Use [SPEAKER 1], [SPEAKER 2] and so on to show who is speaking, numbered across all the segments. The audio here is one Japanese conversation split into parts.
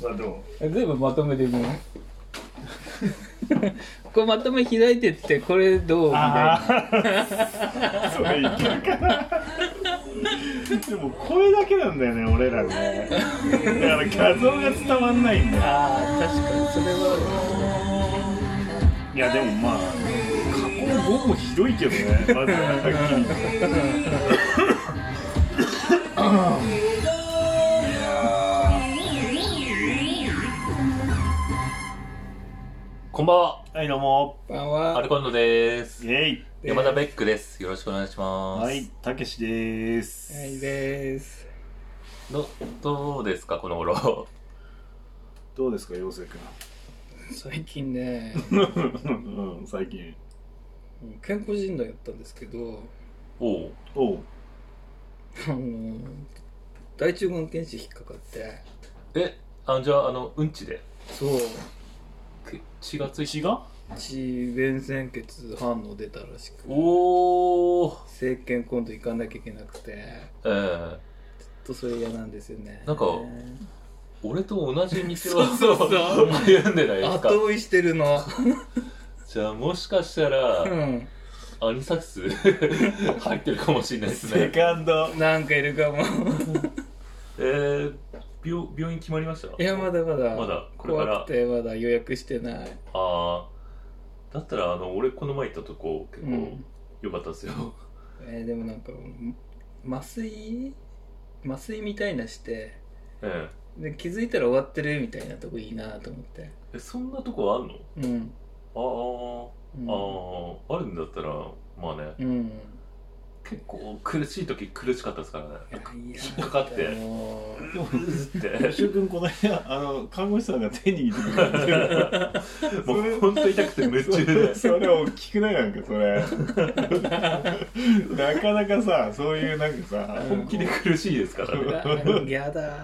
[SPEAKER 1] さあど
[SPEAKER 2] え全部まとめていくの これまとめ開いてってこれどうみ
[SPEAKER 1] う
[SPEAKER 2] たいな
[SPEAKER 1] あーそれいけるかなでも声だけなんだよね俺らねだから画像が伝わんないんだよ
[SPEAKER 2] あー確かにそれはい
[SPEAKER 1] やでもまあ加工5もひどいけどねまずはっきり言って
[SPEAKER 3] こんばんは、
[SPEAKER 1] はいどうも
[SPEAKER 2] こんばんは
[SPEAKER 3] アルコンドです
[SPEAKER 1] イ。ェイ
[SPEAKER 3] 山田ベックです。よろしくお願いします。
[SPEAKER 1] はいたけしです
[SPEAKER 2] はいです
[SPEAKER 3] ど、どうですか、この頃。
[SPEAKER 1] どうですか陽く
[SPEAKER 2] 最近 ね
[SPEAKER 1] 君うん最近
[SPEAKER 2] 健康診断やったんですけど
[SPEAKER 3] おう。
[SPEAKER 1] おう
[SPEAKER 2] あの大腸がん検診引っかかって
[SPEAKER 3] え、あの、じゃあ、あの、うんちで。
[SPEAKER 2] そう
[SPEAKER 3] く血がついて。
[SPEAKER 1] 血が
[SPEAKER 2] 血便潜血反応出たらしく
[SPEAKER 3] おー。
[SPEAKER 2] 政権今度行かなきゃいけなくて
[SPEAKER 3] えー、
[SPEAKER 2] ちょっとそれ嫌なんですよね
[SPEAKER 3] なんか俺と同じ道 を
[SPEAKER 2] そうそうそう
[SPEAKER 3] 歩んでないですか
[SPEAKER 2] 後追いしてるの
[SPEAKER 3] じゃあもしかした
[SPEAKER 2] う
[SPEAKER 3] ら
[SPEAKER 2] ん
[SPEAKER 3] アニサキス 入ってるかもしれないです
[SPEAKER 1] セ
[SPEAKER 3] ね
[SPEAKER 1] カンド
[SPEAKER 2] なんかいるかも
[SPEAKER 3] えー、病病院決まりました
[SPEAKER 2] いやまだまだ
[SPEAKER 3] まだこれから
[SPEAKER 2] 怖くてまだ予約してない
[SPEAKER 3] ああだったらあの俺この前行ったとこ結
[SPEAKER 2] う
[SPEAKER 3] 構
[SPEAKER 2] ん
[SPEAKER 3] 良かったですよ、
[SPEAKER 2] えーでもなんか麻酔麻酔みたいなして
[SPEAKER 3] え
[SPEAKER 2] で気づいたら終わってるみたいなとこいいなと思って
[SPEAKER 3] ええそんなとこあんの
[SPEAKER 2] うん
[SPEAKER 3] あ
[SPEAKER 2] うん
[SPEAKER 3] あ、あああるんだったらまあね
[SPEAKER 2] うん
[SPEAKER 3] 結構苦しい時苦しかったですからね
[SPEAKER 2] 引
[SPEAKER 3] 引っかかって
[SPEAKER 2] もう
[SPEAKER 3] うー
[SPEAKER 1] 陽
[SPEAKER 3] って
[SPEAKER 1] く君この部屋あの看護師さんが手に握ってくれてる
[SPEAKER 3] もう本当痛くて夢中 で
[SPEAKER 1] それ大きくないなんかそれ なかなかさそういうなんかさ
[SPEAKER 3] 本気で苦しいですからね
[SPEAKER 2] 嫌だ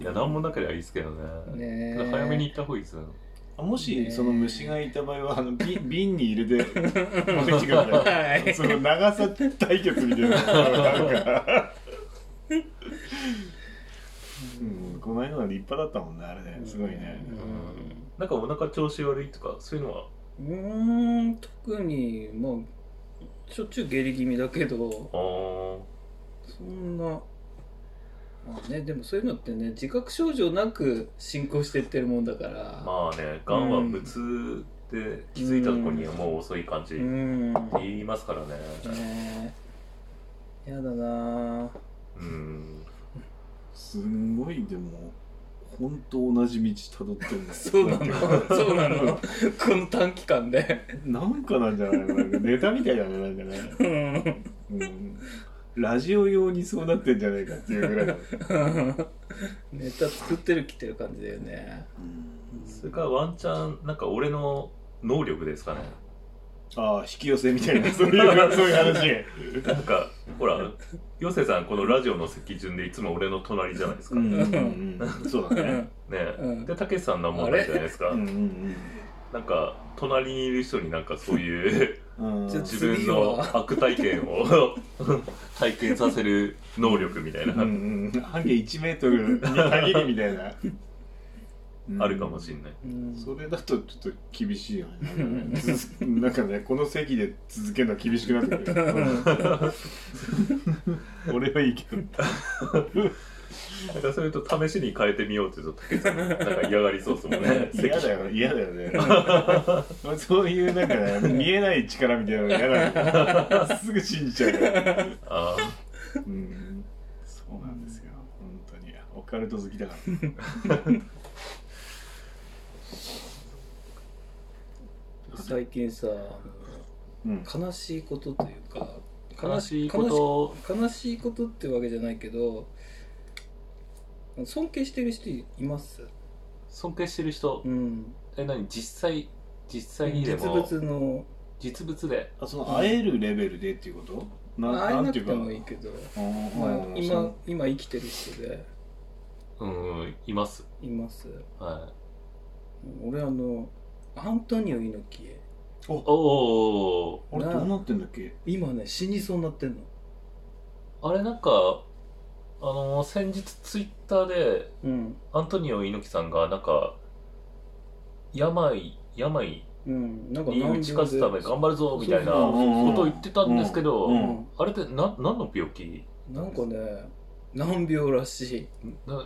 [SPEAKER 3] いや何もなければいいですけどね
[SPEAKER 2] ね
[SPEAKER 3] け
[SPEAKER 2] え
[SPEAKER 3] ど早めに行った方がいいですよ
[SPEAKER 1] もし
[SPEAKER 2] ね
[SPEAKER 1] その虫がいた場合はあの瓶瓶に入 れて持ってきてくださ
[SPEAKER 2] はい
[SPEAKER 1] いその長さ対決みたいななん かうんこの間のは立派だったもんねあれねすごいね
[SPEAKER 3] なんかお腹調子悪いとかそういうのは
[SPEAKER 2] うんうーん特にまあしょっちゅう下痢気味だけど
[SPEAKER 3] あー
[SPEAKER 2] そんなまあねでもそういうのってね自覚症状なく進行してってるもんだから
[SPEAKER 3] まあねがんは無痛で気づいたとこにはもう遅い感じ
[SPEAKER 2] うん
[SPEAKER 3] 言いますからね
[SPEAKER 2] ねえやだなあ
[SPEAKER 3] うん
[SPEAKER 1] すんごいでも本当同じ道たどってるんだ
[SPEAKER 2] そうなのそうなのこの短期間で
[SPEAKER 1] なんかなんじゃないのなんかネタみたいだねなんかね
[SPEAKER 2] うん
[SPEAKER 1] うんラジオ用にそうなってんじゃないかっていうぐらいの、
[SPEAKER 2] ネタ作ってる来てる感じだよね
[SPEAKER 3] それからワンチャンなんか俺の能力ですかね
[SPEAKER 1] ああ引き寄せみたいなそう いうそういう話
[SPEAKER 3] なんかほらヨセさんこのラジオの席順でいつも俺の隣じゃないですか、ね
[SPEAKER 1] ん、そうだね
[SPEAKER 2] うん
[SPEAKER 3] でたけしさんの問題じゃないですか、
[SPEAKER 1] うんうん
[SPEAKER 3] なんか隣にいる人になんかそういう
[SPEAKER 1] うんうん
[SPEAKER 2] ちょっと
[SPEAKER 3] 自分の悪体験を 体験させる能力みたいな、
[SPEAKER 1] うんうん半径1メートルに限りみたいな、
[SPEAKER 3] あるかもし
[SPEAKER 1] れ
[SPEAKER 3] んない
[SPEAKER 2] うん
[SPEAKER 1] それだとちょっと厳しいよねなんかねずなんかねこの席で続けるのは厳しくなってく る俺はいいけど
[SPEAKER 3] だからそれと試しに変えてみようって言うとたけしさんなんか嫌がりそうですも んね
[SPEAKER 1] 嫌だよ嫌だよ ねそういうなんかね見えない力みたいなの嫌だよすぐ信じちゃうから
[SPEAKER 3] あー
[SPEAKER 1] うんそうなんですよ本当にオカルト好きだから
[SPEAKER 2] 最近さ
[SPEAKER 1] うん
[SPEAKER 2] 悲しいことというか
[SPEAKER 3] 悲しいこと
[SPEAKER 2] 悲しいことってわけじゃないけど尊敬してる人います
[SPEAKER 3] 尊敬してる人
[SPEAKER 2] うん
[SPEAKER 3] え何実際実際にで
[SPEAKER 2] 実
[SPEAKER 3] も
[SPEAKER 2] 物の
[SPEAKER 3] 実物で
[SPEAKER 1] あその会えるレベルでっていうことな
[SPEAKER 2] 会え
[SPEAKER 1] な
[SPEAKER 2] なん
[SPEAKER 1] て
[SPEAKER 2] く
[SPEAKER 1] いうか
[SPEAKER 2] てもいいけど、
[SPEAKER 1] うん
[SPEAKER 2] まあ
[SPEAKER 1] う、ん
[SPEAKER 2] 今今生きてる人で
[SPEAKER 3] うんうんいます
[SPEAKER 2] います
[SPEAKER 3] はい
[SPEAKER 2] 俺あのアントニオ猪木
[SPEAKER 3] おお
[SPEAKER 1] あれどうなってんだっけ
[SPEAKER 2] 今ね死にそうになってんの
[SPEAKER 3] あれなんかあのー先日ツイッターで
[SPEAKER 2] うん
[SPEAKER 3] アントニオ猪木さんがなんか病病
[SPEAKER 2] うんなんか
[SPEAKER 3] に打ち勝つため頑張るぞみたいな
[SPEAKER 2] そうそうそうそう
[SPEAKER 3] ことを言ってたんですけど、
[SPEAKER 1] うんうん
[SPEAKER 3] あれってな何の病気
[SPEAKER 2] なんかね難病らしい
[SPEAKER 3] な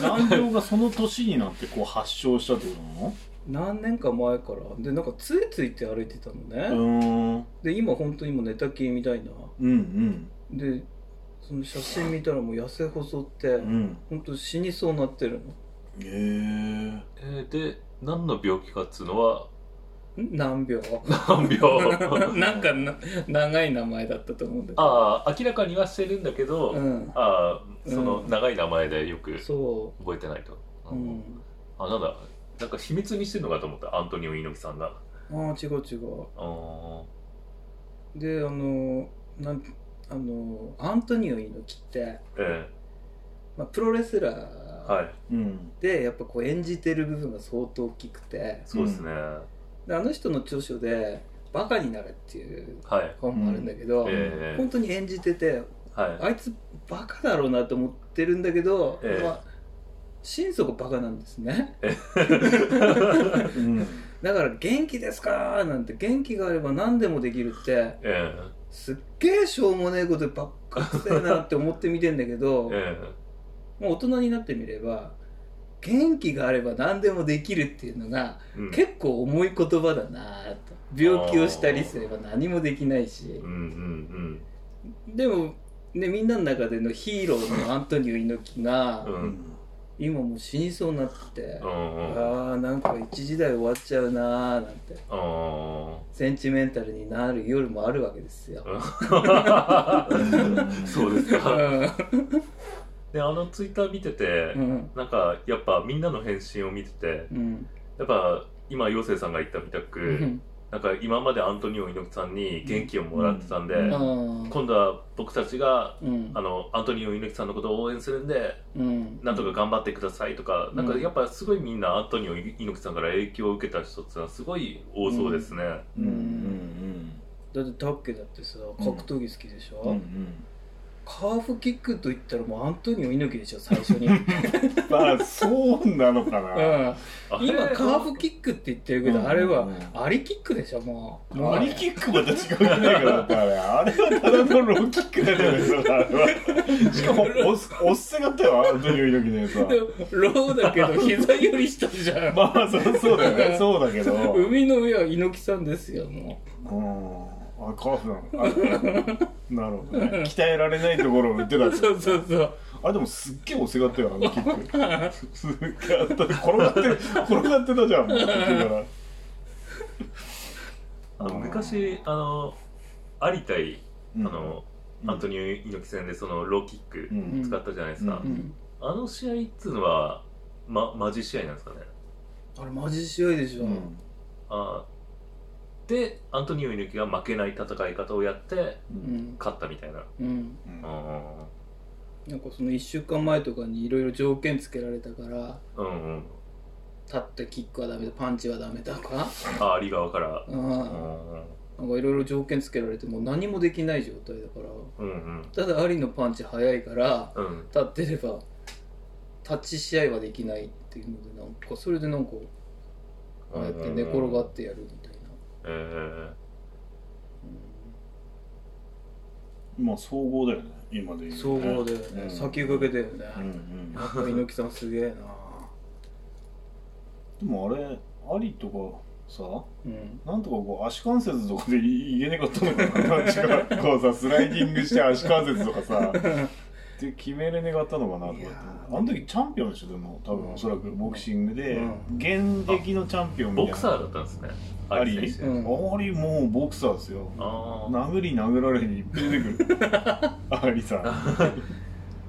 [SPEAKER 1] 難病がその年になってこう発症したってこ
[SPEAKER 2] 何年か前からでなんか杖ついて歩いてたの
[SPEAKER 1] となの
[SPEAKER 2] ね、
[SPEAKER 1] うーん
[SPEAKER 2] で今本当にもう寝たきりみたいな
[SPEAKER 1] うん
[SPEAKER 2] でその写真見たらもう痩せ細って、
[SPEAKER 1] うんうん
[SPEAKER 2] 本当死にそうなってる
[SPEAKER 1] へえ
[SPEAKER 3] えーで何の病気かっつうのは
[SPEAKER 2] のん難 病
[SPEAKER 3] 難病
[SPEAKER 2] なんかな長い名前だったと思うんだけど
[SPEAKER 3] ああ明らかにはしてるんだけど、
[SPEAKER 2] うん
[SPEAKER 3] ああその
[SPEAKER 2] うん
[SPEAKER 3] 長い名前でよく
[SPEAKER 2] そ
[SPEAKER 3] 覚えてないと、
[SPEAKER 2] う、うん、
[SPEAKER 3] あなんだなんか秘密にしてるのかと思ったアントニオ猪木さんが
[SPEAKER 2] ああ違う違う
[SPEAKER 3] あー
[SPEAKER 2] であのなんあのアントニオ猪木って、
[SPEAKER 3] え
[SPEAKER 2] まあ、プロレスラ
[SPEAKER 3] え
[SPEAKER 2] ー
[SPEAKER 3] はい
[SPEAKER 1] うん
[SPEAKER 2] でやっぱこう演じてる部分が相当大きくて
[SPEAKER 3] そうですね、
[SPEAKER 2] であの人の著書で「バカになれ」っていう
[SPEAKER 3] はい
[SPEAKER 2] 本もあるんだけど、
[SPEAKER 3] ええ
[SPEAKER 2] 本当に演じてて
[SPEAKER 3] はい
[SPEAKER 2] あいつバカだろうなと思ってるんだけど、
[SPEAKER 3] ええ
[SPEAKER 2] まあ、心底バカなんですね
[SPEAKER 1] うん
[SPEAKER 2] だから「元気ですか?」なんて元気があれば何でもできるって
[SPEAKER 3] え
[SPEAKER 2] すっげえしょうもねえことばっかくせえなって思って見てんだけど
[SPEAKER 3] ええ
[SPEAKER 2] もう大人になってみれば元気があれば何でもできるっていうのが
[SPEAKER 3] えうん
[SPEAKER 2] 結構重い言葉だなぁと病気をしたりすれば何もできないし
[SPEAKER 3] うんうん
[SPEAKER 2] でもねみんなの中でのヒーローのアントニオ猪木が
[SPEAKER 3] うんうん
[SPEAKER 2] 今もう死にそうになって
[SPEAKER 3] う
[SPEAKER 2] あ
[SPEAKER 3] んうん
[SPEAKER 2] ーなんか一時代終わっちゃうなぁなんて
[SPEAKER 3] あ
[SPEAKER 2] センチメンタルになる夜もあるわけですよ。
[SPEAKER 3] ーそうです
[SPEAKER 2] う
[SPEAKER 3] か
[SPEAKER 2] ん
[SPEAKER 3] であのツイッター見てて、
[SPEAKER 2] うん
[SPEAKER 3] なんかやっぱみんなの返信を見てて
[SPEAKER 2] うん
[SPEAKER 3] やっぱ今陽生さんが言ったみたく、
[SPEAKER 2] うん
[SPEAKER 3] なんか今までアントニオ猪木さんに元気をもらってたんで、
[SPEAKER 1] うん
[SPEAKER 2] うん
[SPEAKER 3] 今度は僕たちが
[SPEAKER 2] うん
[SPEAKER 3] あのアントニオ猪木さんのことを応援するんでなんとか頑張ってくださいとか、
[SPEAKER 2] うん
[SPEAKER 3] なんかやっぱすごいみんなアントニオ猪木さんから影響を受けた人っていうのはすごい多そうですね、
[SPEAKER 1] うんうん
[SPEAKER 2] だってタッケだってさ
[SPEAKER 1] ん
[SPEAKER 2] 格闘技好きでしょ、
[SPEAKER 1] うんうん
[SPEAKER 2] カーフキックと言ったらもうアントニオ猪木でしょ最初 に、うん、
[SPEAKER 1] まあそうなのかな
[SPEAKER 3] あれ
[SPEAKER 2] 今カーフキックって言ってるけど、
[SPEAKER 1] うん
[SPEAKER 2] あれはアリキックでしょもう
[SPEAKER 1] アリキックまた違うじゃないかなってあれあれはただのローキックだけどさしかもおっおっせがったよアントニオ猪木のやつは
[SPEAKER 2] でもローだけど膝より下じゃん、
[SPEAKER 1] まあそうそうだよねそうだけどうん
[SPEAKER 2] 海の上は猪木さんですよも
[SPEAKER 1] あカーフなのあなるほどね鍛えられないところを言ってたん
[SPEAKER 2] う
[SPEAKER 1] だ
[SPEAKER 2] そうそうそう
[SPEAKER 1] あれでもすっげえおせがったよあのキックすっげえあった転がってる転がってたじゃんもうだから
[SPEAKER 3] あの昔あの有田い
[SPEAKER 1] あ
[SPEAKER 3] あの、アントニオ猪木戦でそのローキック
[SPEAKER 1] うん
[SPEAKER 3] 使ったじゃないですか、
[SPEAKER 1] うん
[SPEAKER 2] うん
[SPEAKER 3] あの試合っつうのは、ま、マジ試合なんですかね
[SPEAKER 2] あれマジ試合でしょ、
[SPEAKER 1] うん
[SPEAKER 3] あーでアントニオ猪木が負けない戦い方をやって
[SPEAKER 1] う
[SPEAKER 2] うんん
[SPEAKER 3] 勝ったみたいな、
[SPEAKER 2] うん、
[SPEAKER 1] うん
[SPEAKER 3] あ
[SPEAKER 2] なんかその1週間前とかにいろいろ条件つけられたから
[SPEAKER 3] ーうんうん、
[SPEAKER 2] 立ってキックはダメだパンチはダメだか、
[SPEAKER 3] あーリ側から、
[SPEAKER 2] う、
[SPEAKER 3] うんん、
[SPEAKER 2] なんかいろいろ条件つけられてもう何もできない状態だから
[SPEAKER 3] うんうん
[SPEAKER 2] ただアリのパンチ速いから
[SPEAKER 3] うん
[SPEAKER 2] 立ってればタッチ試合はできないっていうのでなんかそれでなんかああやって寝転がってやるみたいな、
[SPEAKER 3] えー
[SPEAKER 1] まあ総合だよね今で言う
[SPEAKER 2] 総合だよ
[SPEAKER 1] う
[SPEAKER 2] ね
[SPEAKER 1] ん
[SPEAKER 2] 先駆けだよね、
[SPEAKER 1] うんうん
[SPEAKER 2] やっぱ猪木さんすげえな
[SPEAKER 1] でもあれありとかさ
[SPEAKER 2] うん
[SPEAKER 1] なんとかこう足関節とかでい言えなかったのかななんかこうさスライディングして足関節とかさって決めれなかったのかなと思って
[SPEAKER 2] いやー
[SPEAKER 1] あの時チャンピオンでしょでも多分おそらくボクシングで、
[SPEAKER 2] う
[SPEAKER 1] 現役のチャンピオンみたい
[SPEAKER 3] ボ
[SPEAKER 1] な
[SPEAKER 3] クサーだったんですね
[SPEAKER 1] アリ
[SPEAKER 3] 有選手
[SPEAKER 2] うん
[SPEAKER 1] ありもうボクサーですよ
[SPEAKER 3] あー
[SPEAKER 1] 殴り殴られにいっぱい出てくるありさん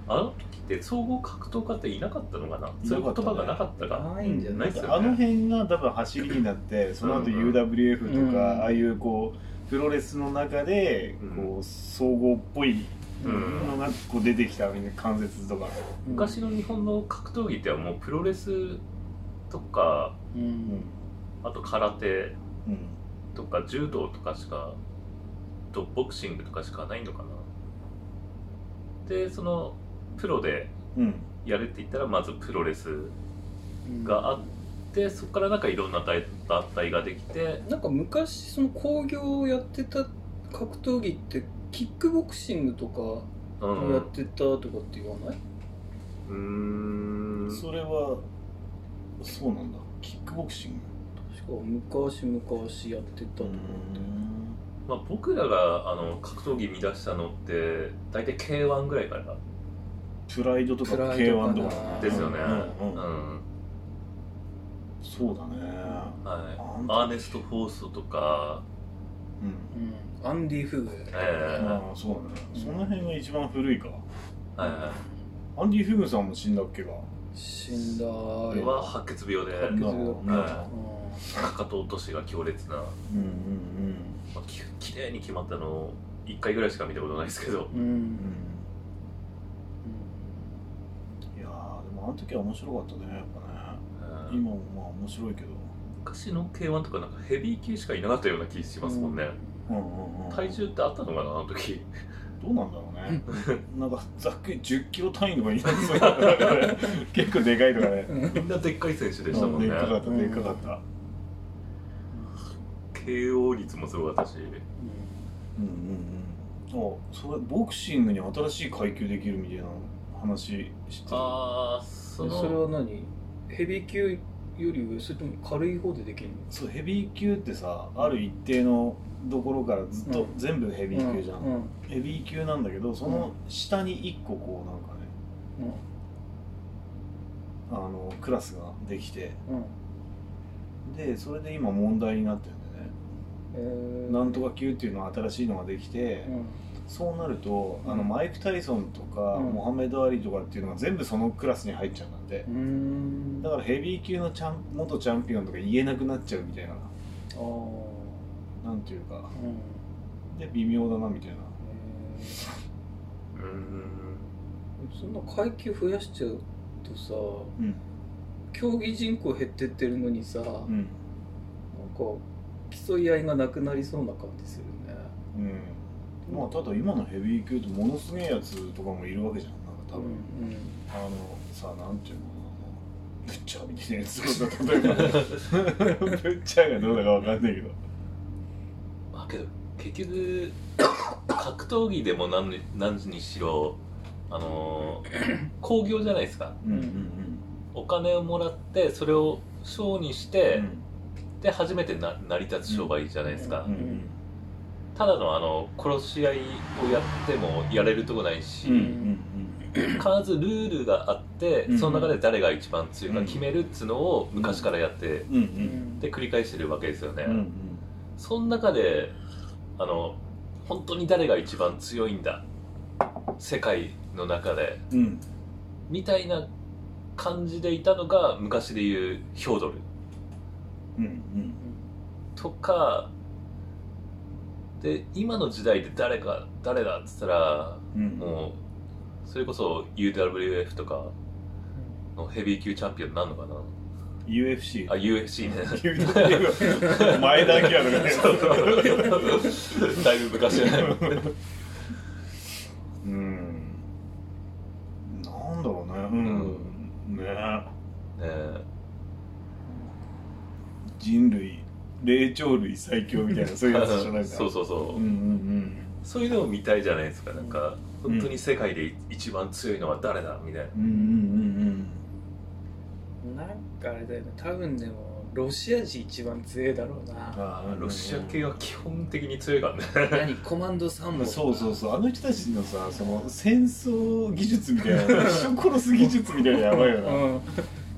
[SPEAKER 3] あの時って総合格闘家っていなかったのかなそういう言葉がなかったか
[SPEAKER 2] ないんじゃない
[SPEAKER 3] ですよね
[SPEAKER 1] あの辺が多分走りになってその後
[SPEAKER 3] うんうん
[SPEAKER 1] UWF と
[SPEAKER 2] うん
[SPEAKER 1] かああいうこうプロレスの中でこう総合っぽい
[SPEAKER 3] うん
[SPEAKER 1] のがこう出てきた関節とか
[SPEAKER 3] 昔の日本の格闘技ってはもうプロレスとか
[SPEAKER 2] う
[SPEAKER 1] うんん
[SPEAKER 3] あと空手
[SPEAKER 1] うん
[SPEAKER 3] とか柔道とかしかとボクシングとかしかないのかなでそのプロで
[SPEAKER 1] うん
[SPEAKER 3] やれって言ったらまずプロレス
[SPEAKER 2] うん
[SPEAKER 3] があってそこからなんかいろんな団団体ができて
[SPEAKER 2] なんか昔その興行をやってた格闘技ってキックボクシングとかを
[SPEAKER 3] う
[SPEAKER 2] やっ
[SPEAKER 3] ん
[SPEAKER 2] てたとかって言わない、
[SPEAKER 3] うーん
[SPEAKER 1] それはそうなんだキックボクシング
[SPEAKER 2] 確か昔昔やってた
[SPEAKER 1] だと
[SPEAKER 2] とか
[SPEAKER 1] 思っ
[SPEAKER 3] まあ、僕らがあの格闘技見出したのって大体 k 1ぐらいから
[SPEAKER 1] てプライドとか
[SPEAKER 2] プライ
[SPEAKER 1] k
[SPEAKER 2] ドかな
[SPEAKER 1] 1とか
[SPEAKER 3] ですよね
[SPEAKER 1] う
[SPEAKER 3] うんん、
[SPEAKER 1] うんそうだね
[SPEAKER 3] はい
[SPEAKER 1] あんた
[SPEAKER 3] アーネスト・フォーストとか
[SPEAKER 1] うん
[SPEAKER 2] うん、アンディ・フグ
[SPEAKER 3] ええ
[SPEAKER 1] ああそうだねその辺が一番古いか
[SPEAKER 3] はいは
[SPEAKER 1] アンディ・フグさんも死んだっけか
[SPEAKER 2] 死んだ
[SPEAKER 3] い
[SPEAKER 2] よ、
[SPEAKER 3] は白血病で
[SPEAKER 2] 血病
[SPEAKER 3] は
[SPEAKER 2] うん
[SPEAKER 3] かかと落としが強烈な、ま
[SPEAKER 1] うんうん
[SPEAKER 3] あ、ききれいに決まったのを1回ぐらいしか見たことないですけど
[SPEAKER 1] う
[SPEAKER 2] う
[SPEAKER 1] んんいやーでもあの時は面白かったねやっぱね
[SPEAKER 3] うん
[SPEAKER 1] 今もまあ面白いけど
[SPEAKER 3] 昔の k 1とかなんかヘビー級しかいなかったような気しますもんね、
[SPEAKER 1] うんうんうん
[SPEAKER 3] 体重ってあったのかなあの 時
[SPEAKER 1] どうなんだろうねなんかざっくり1 0キロ単位とかになってそうだったからね 結構でかいとかね
[SPEAKER 2] うん
[SPEAKER 3] みんなでっかい選手でしたもん
[SPEAKER 1] でっ
[SPEAKER 3] ね
[SPEAKER 1] かかったでっかかった
[SPEAKER 3] KO 率もすごかったし
[SPEAKER 1] うんうんうんあそれボクシングに新しい階級できるみたいな話知ってる
[SPEAKER 3] ああそ
[SPEAKER 2] そ
[SPEAKER 3] の
[SPEAKER 2] れは何ヘビー級より上それとも軽い方でできるの
[SPEAKER 1] そうヘビー級ってさある一定のところからずっと
[SPEAKER 2] うん
[SPEAKER 1] 全部ヘ
[SPEAKER 2] ヘ
[SPEAKER 1] ビー級じゃん、
[SPEAKER 2] うんうん
[SPEAKER 1] ヘビー級なんだけどその下に1個こうなんかねあのクラスができて
[SPEAKER 2] うん
[SPEAKER 1] でそれで今問題になってるんだよね、
[SPEAKER 2] えー
[SPEAKER 1] なんとか級っていうのは新しいのができて、
[SPEAKER 2] うん
[SPEAKER 1] そうなると、
[SPEAKER 2] うん
[SPEAKER 1] あのマイク・タイソンとか、
[SPEAKER 2] うん
[SPEAKER 1] モハメド・アリとかっていうのが全部そのクラスに入っちゃうんだって
[SPEAKER 2] うーん
[SPEAKER 1] だからヘビー級のチャン元チャンピオンとか言えなくなっちゃうみたいな
[SPEAKER 2] ああ
[SPEAKER 1] なんていうか
[SPEAKER 2] うんへ
[SPEAKER 1] で微妙だなみたいな
[SPEAKER 3] うーん
[SPEAKER 2] ーそんな階級増やしちゃうとさ
[SPEAKER 1] うん
[SPEAKER 2] 競技人口減ってってるのにさ、
[SPEAKER 1] う
[SPEAKER 2] なんか
[SPEAKER 1] ん
[SPEAKER 2] 競い合いがなくなりそうな感じするね
[SPEAKER 1] うんまあただ今のヘビー級ってものすげえやつとかもいるわけじゃんなんか多分、
[SPEAKER 2] うん
[SPEAKER 1] あのさなんていうのかなブッチャーみたいなやつとか例えばブッチャーがどうだかわかんないけど
[SPEAKER 3] まあけど結局格闘技でも何何時にしろあ のー興行じゃないですか
[SPEAKER 1] うんうん
[SPEAKER 3] お金をもらってそれをショーに
[SPEAKER 1] う
[SPEAKER 3] し
[SPEAKER 1] んう
[SPEAKER 3] て、
[SPEAKER 1] ん
[SPEAKER 3] で初めてな成り立つ商売じゃないですか、
[SPEAKER 2] うん
[SPEAKER 1] うんうん
[SPEAKER 3] ただのあの殺し合いをやってもやれるとこないし、
[SPEAKER 1] うんうん
[SPEAKER 3] 必ずルールがあって、
[SPEAKER 1] うん
[SPEAKER 3] その中で誰が一番強いか決めるっつのを昔からやって、
[SPEAKER 1] うんうんう
[SPEAKER 2] うんん
[SPEAKER 3] で繰り返してるわけですよね、
[SPEAKER 1] うん
[SPEAKER 3] その中であの本当に誰が一番強いんだ世界の中で
[SPEAKER 1] うんうん
[SPEAKER 3] みたいな感じでいたのが昔で言うヒョードル
[SPEAKER 1] うん
[SPEAKER 3] とかで今の時代で誰か誰だっつったら
[SPEAKER 1] うん
[SPEAKER 3] もうそれこそ UWF とかのヘビー級チャンピオンになるのかな
[SPEAKER 1] UFC
[SPEAKER 3] あ UFC ね
[SPEAKER 1] UFC 前田明とかね
[SPEAKER 3] だいぶ昔じゃない
[SPEAKER 1] うんなんだろうねうんね
[SPEAKER 3] ね
[SPEAKER 1] 人類霊長類最強みたいなそういうやつじゃないか
[SPEAKER 3] そうそうそう、
[SPEAKER 1] うんうん
[SPEAKER 3] そういうのを見たいじゃないですかなんか本当に世界で一番強いのは誰だみたいな
[SPEAKER 1] うんうんうん
[SPEAKER 2] なんかあれだよね多分でもロシア人一番強いだろうな
[SPEAKER 1] あ
[SPEAKER 3] ロシア系は基本的に強いからね
[SPEAKER 2] 何コマンド3も
[SPEAKER 1] そうそうそうあの人たちのさその戦争技術みたいな人殺す技術みたいなやばいよな
[SPEAKER 2] うん、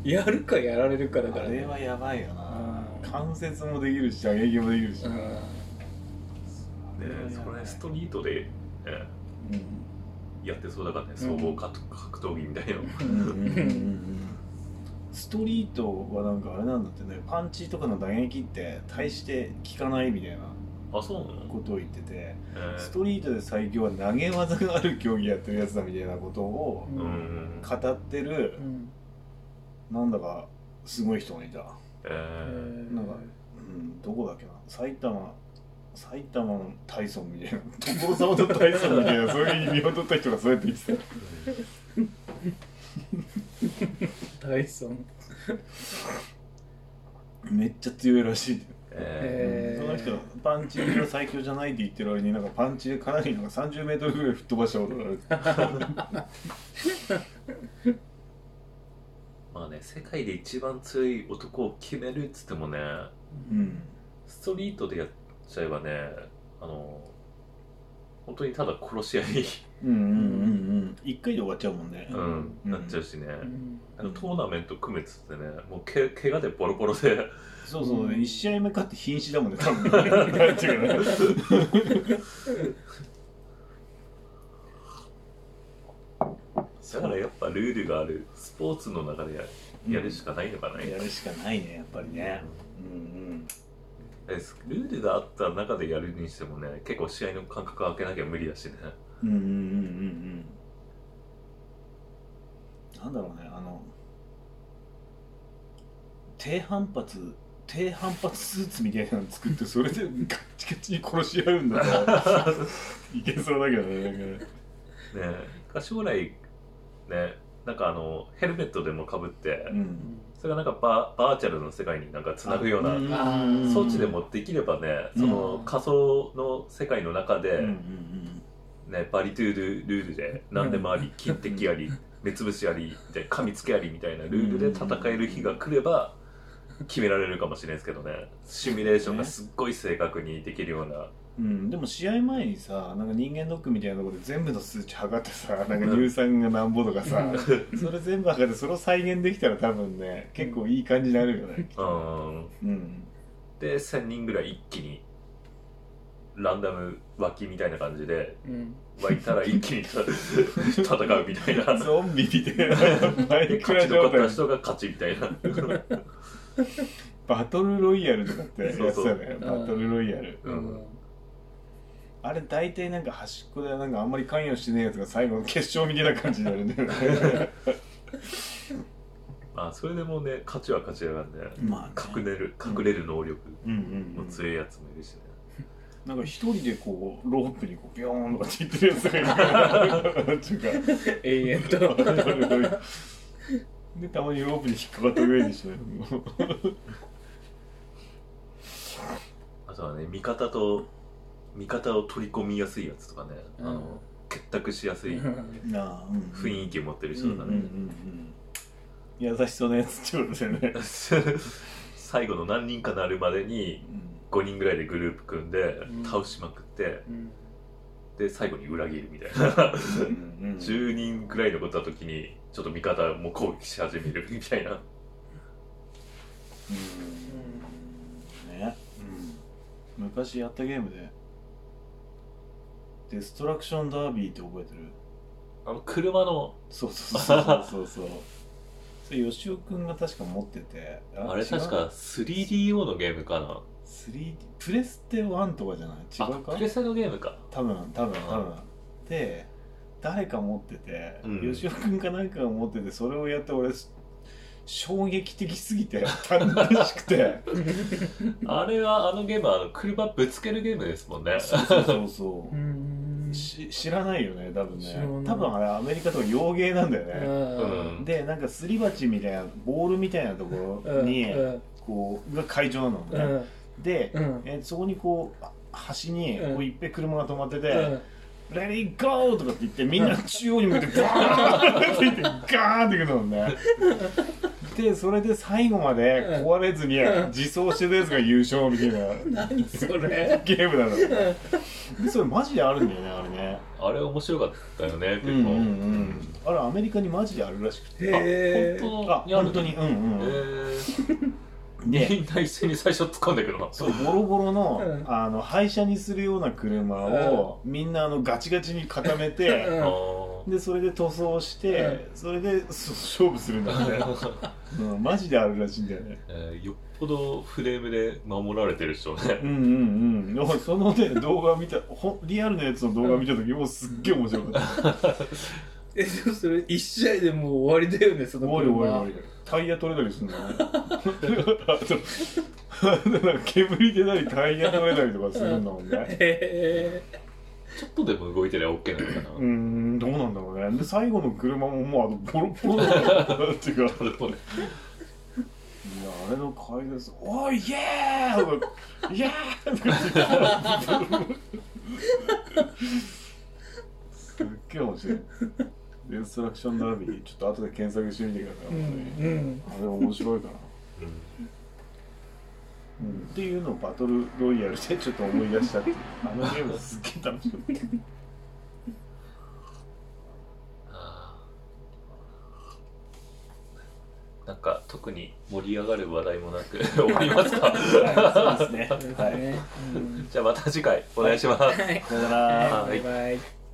[SPEAKER 2] やるかやられるかだか
[SPEAKER 1] あ
[SPEAKER 2] ら
[SPEAKER 1] れ
[SPEAKER 2] ね
[SPEAKER 1] はやばいよな
[SPEAKER 2] うん
[SPEAKER 1] 関節もできるし打撃もできるし、
[SPEAKER 2] うん
[SPEAKER 3] ねそこら辺ストリートで、ねやってそうだからね総合格格闘技みたいなの、
[SPEAKER 1] うんうんうんうんうんストリートはなんかあれなんだってねパンチとかの打撃って大して効かないみたいな
[SPEAKER 3] あそうなの、
[SPEAKER 1] ことを言ってて
[SPEAKER 3] え
[SPEAKER 1] ス
[SPEAKER 3] ー
[SPEAKER 1] トリートで最強は投げ技がある競技やってるやつだみたいなことを
[SPEAKER 2] う
[SPEAKER 3] うんん
[SPEAKER 1] 語ってる
[SPEAKER 2] うん
[SPEAKER 1] なんだかすごい人がいた、
[SPEAKER 3] えー
[SPEAKER 1] なんかうん、どこだっけな埼玉埼玉のタイソンみたいな所沢のタイソンみたいなそういう意味を取った人がそうやって言ってた
[SPEAKER 2] ダイソン
[SPEAKER 1] めっちゃ強いらしい、
[SPEAKER 2] えー
[SPEAKER 1] その人パンチが最強じゃないって言ってる割になんかパンチでかなりなんか 30m ぐらい吹っ飛ばしたことがある
[SPEAKER 3] まあね世界で一番強い男を決めるっつってもね
[SPEAKER 1] うん
[SPEAKER 3] ストリートでやっちゃえばねあの本当にただ殺し合い、
[SPEAKER 1] うんうんうんうん一回で終わっちゃうもんね、
[SPEAKER 3] うん
[SPEAKER 1] うん
[SPEAKER 3] なっちゃうしね、
[SPEAKER 2] うん
[SPEAKER 3] あのトーナメント組めっつってねもうけ怪我でボロボロで
[SPEAKER 1] そうそう、
[SPEAKER 2] うん
[SPEAKER 1] 一試合目勝って瀕死だもんね多分なんていうかね
[SPEAKER 3] だからやっぱルールがあるスポーツの中でややるしかないのかな、
[SPEAKER 1] やるしかないねやっぱりねうん
[SPEAKER 3] えルールがあった中でやるにしてもね結構試合の間隔空けなきゃ無理 だしね
[SPEAKER 1] うんうんうんうんうんうんなんだろうねあの低反発低反発スーツみたいなの作ってそれでガッチガチに殺し合うんだからいけそうだけどねなんかね
[SPEAKER 3] ねえ将来ねなんかあのヘルメットでもかぶって、
[SPEAKER 1] うん
[SPEAKER 3] それがなんかバーバーチャルの世界になんかつなぐような
[SPEAKER 2] あ
[SPEAKER 1] ん
[SPEAKER 3] 装置でもできればね、
[SPEAKER 1] うん
[SPEAKER 3] その仮想の世界の中で、
[SPEAKER 1] うんうん
[SPEAKER 3] ね、バリトゥールルールで何でもあり金敵あり目つぶしありで噛みつけありみたいなルールで戦える日が来れば決められるかもしれないですけどねシミュレーションがすっごい正確にできるような
[SPEAKER 1] うんうん、でも試合前にさなんか人間ドックみたいなところで全部の数値測ってさなんか乳酸がなんぼとかさそれ全部測ってそれを再現できたら多分ね結構いい感じになるよね
[SPEAKER 3] うん
[SPEAKER 1] うん
[SPEAKER 3] で1000人ぐらい一気にランダム脇みたいな感じで
[SPEAKER 2] うん
[SPEAKER 3] 湧いたら一気に戦うみ たいな
[SPEAKER 1] ゾンビみたいなマイク
[SPEAKER 3] 勝
[SPEAKER 1] ラ
[SPEAKER 3] ち残
[SPEAKER 1] 状
[SPEAKER 3] った
[SPEAKER 1] 態
[SPEAKER 3] 人が勝ちみたいな
[SPEAKER 1] バトルロイヤルとかってやつだよね
[SPEAKER 3] そう
[SPEAKER 2] そう
[SPEAKER 1] バトルロイヤル
[SPEAKER 3] う
[SPEAKER 2] うんん
[SPEAKER 1] あれ大体なんか端っこでなんかあんまり関与してねえやつが最後の決勝みたいな感じになるんだよね
[SPEAKER 3] まあそれでもね勝ちは勝ちやがんね
[SPEAKER 1] ま
[SPEAKER 3] 隠れる隠れる能力
[SPEAKER 1] うんうん、う
[SPEAKER 3] の
[SPEAKER 1] ん、
[SPEAKER 3] 強いやつもいるしね
[SPEAKER 1] なんか一人でこうロープにこうビョーンとかって言ってるやつがいるからなんていうか
[SPEAKER 2] 永遠と
[SPEAKER 1] バトルロイヤルでたまにロープに引っかかって上にしない
[SPEAKER 3] あとはね味方と味方を取り込みやすいやつとかね、
[SPEAKER 2] うん
[SPEAKER 3] あの結託しやすい
[SPEAKER 1] なあ、うん
[SPEAKER 3] 雰囲気持ってる人
[SPEAKER 1] うんう
[SPEAKER 3] と
[SPEAKER 1] ん
[SPEAKER 3] か
[SPEAKER 1] うんう
[SPEAKER 3] ね、
[SPEAKER 1] ん優しそうなやつってことだよね、
[SPEAKER 3] 最後の何人かなるまでに5人ぐらいでグループ組んで
[SPEAKER 2] うん
[SPEAKER 3] 倒しまくって、
[SPEAKER 2] うん
[SPEAKER 3] で最後に裏切るみたいな
[SPEAKER 1] うんうん
[SPEAKER 3] 10人ぐらい残った時にちょっと味方も攻撃し始めるみたいな
[SPEAKER 1] うんね、うん、昔やったゲームでデストラクションダービーって覚えてる
[SPEAKER 3] あの車の
[SPEAKER 1] そうそうそうそうそうそう それ吉尾君が確か持ってて
[SPEAKER 3] あれ確か 3DO のゲームかな
[SPEAKER 1] 3D プレステ1とかじゃない違う
[SPEAKER 3] あ
[SPEAKER 1] か
[SPEAKER 3] プレステのゲームか
[SPEAKER 1] 多分多分多分で誰か持ってて、
[SPEAKER 3] うん
[SPEAKER 1] 吉尾君かなんかが持っててそれをやって俺衝撃的すぎて楽しくて
[SPEAKER 3] あれはあのゲームはあの車ぶつけるゲームですもんね
[SPEAKER 1] そうそうそうそう
[SPEAKER 2] うん
[SPEAKER 1] し知らないよね多分
[SPEAKER 2] 知らな
[SPEAKER 1] ね
[SPEAKER 2] い
[SPEAKER 1] 多分あれアメリカとか洋芸なんだよ
[SPEAKER 2] う
[SPEAKER 1] ね、
[SPEAKER 2] ん
[SPEAKER 1] でなんかすり鉢みたいなボールみたいなところに、
[SPEAKER 2] うん
[SPEAKER 1] こうが会場なの
[SPEAKER 2] う
[SPEAKER 1] ね、
[SPEAKER 2] ん
[SPEAKER 1] で、
[SPEAKER 2] うん
[SPEAKER 1] えそこにこうあ端に
[SPEAKER 2] うん
[SPEAKER 1] こういっぺん車が止まってて「
[SPEAKER 2] うん
[SPEAKER 1] レディーゴー!」とかって言ってみんな中央に向いてガーンって言ってガーンって行くのねでそれで最後まで壊れずに
[SPEAKER 2] うん
[SPEAKER 1] 自走してたやつが優勝みたいな
[SPEAKER 2] 何それ
[SPEAKER 1] ゲームなのでそれマジであるんだよねあれね
[SPEAKER 3] あれ面白かったよね結
[SPEAKER 1] う
[SPEAKER 3] 構、
[SPEAKER 1] んうんうん、あれアメリカにマジであるらしくて
[SPEAKER 2] へえ
[SPEAKER 3] 本
[SPEAKER 1] あ
[SPEAKER 3] 当にある
[SPEAKER 1] 本当にうん
[SPEAKER 3] え
[SPEAKER 1] うん、
[SPEAKER 3] ー、みんな一斉に最初突っ込んでくるの
[SPEAKER 1] そうボロボロの,、
[SPEAKER 2] うん
[SPEAKER 1] あの廃車にするような車を、みんなあのガチガチに固めて、
[SPEAKER 3] あ
[SPEAKER 1] でそれで塗装して、それでそう勝負するんだって、
[SPEAKER 3] ー
[SPEAKER 1] うん、マジであるらしいんだよね
[SPEAKER 3] えーよっぽどフレームで守られてる人ね
[SPEAKER 1] うんうんうん俺そのね動画見たほんリアルなやつの動画見た時もうすっげえ面白かった
[SPEAKER 2] えでもそれ一試合でもう終わりだよねその
[SPEAKER 1] おいおい
[SPEAKER 2] 車
[SPEAKER 1] おいタイヤ取れたりするんだねあとなんか煙出たりタイヤ乗れたりとかするんだもんね
[SPEAKER 2] へ
[SPEAKER 3] ちょっとでも動いてりゃ OK なのか
[SPEAKER 1] うーんどうなんだろうねで最後の車ももうあのボロボロだったっていうか
[SPEAKER 3] な。なるほどね。
[SPEAKER 1] いやあれの階段「おいイエーイ!」とか「イエーイ!」とか言ってすっげえ面白い「デンストラクションダービー」ちょっと後で検索してみてくださ
[SPEAKER 2] う
[SPEAKER 1] い、
[SPEAKER 2] んうん
[SPEAKER 1] あれ面白いかな、うん、っていうのをバトルロイヤルでちょっと思い出したっていうあのゲームすっげえ楽しかった
[SPEAKER 3] あーなんか特に盛り上がる話題もなく 終わりますか
[SPEAKER 1] そうですね
[SPEAKER 2] そうです
[SPEAKER 1] はい
[SPEAKER 2] ねうん
[SPEAKER 3] じゃあまた次回お願いします。
[SPEAKER 2] はい
[SPEAKER 1] さよなら
[SPEAKER 2] バイバイ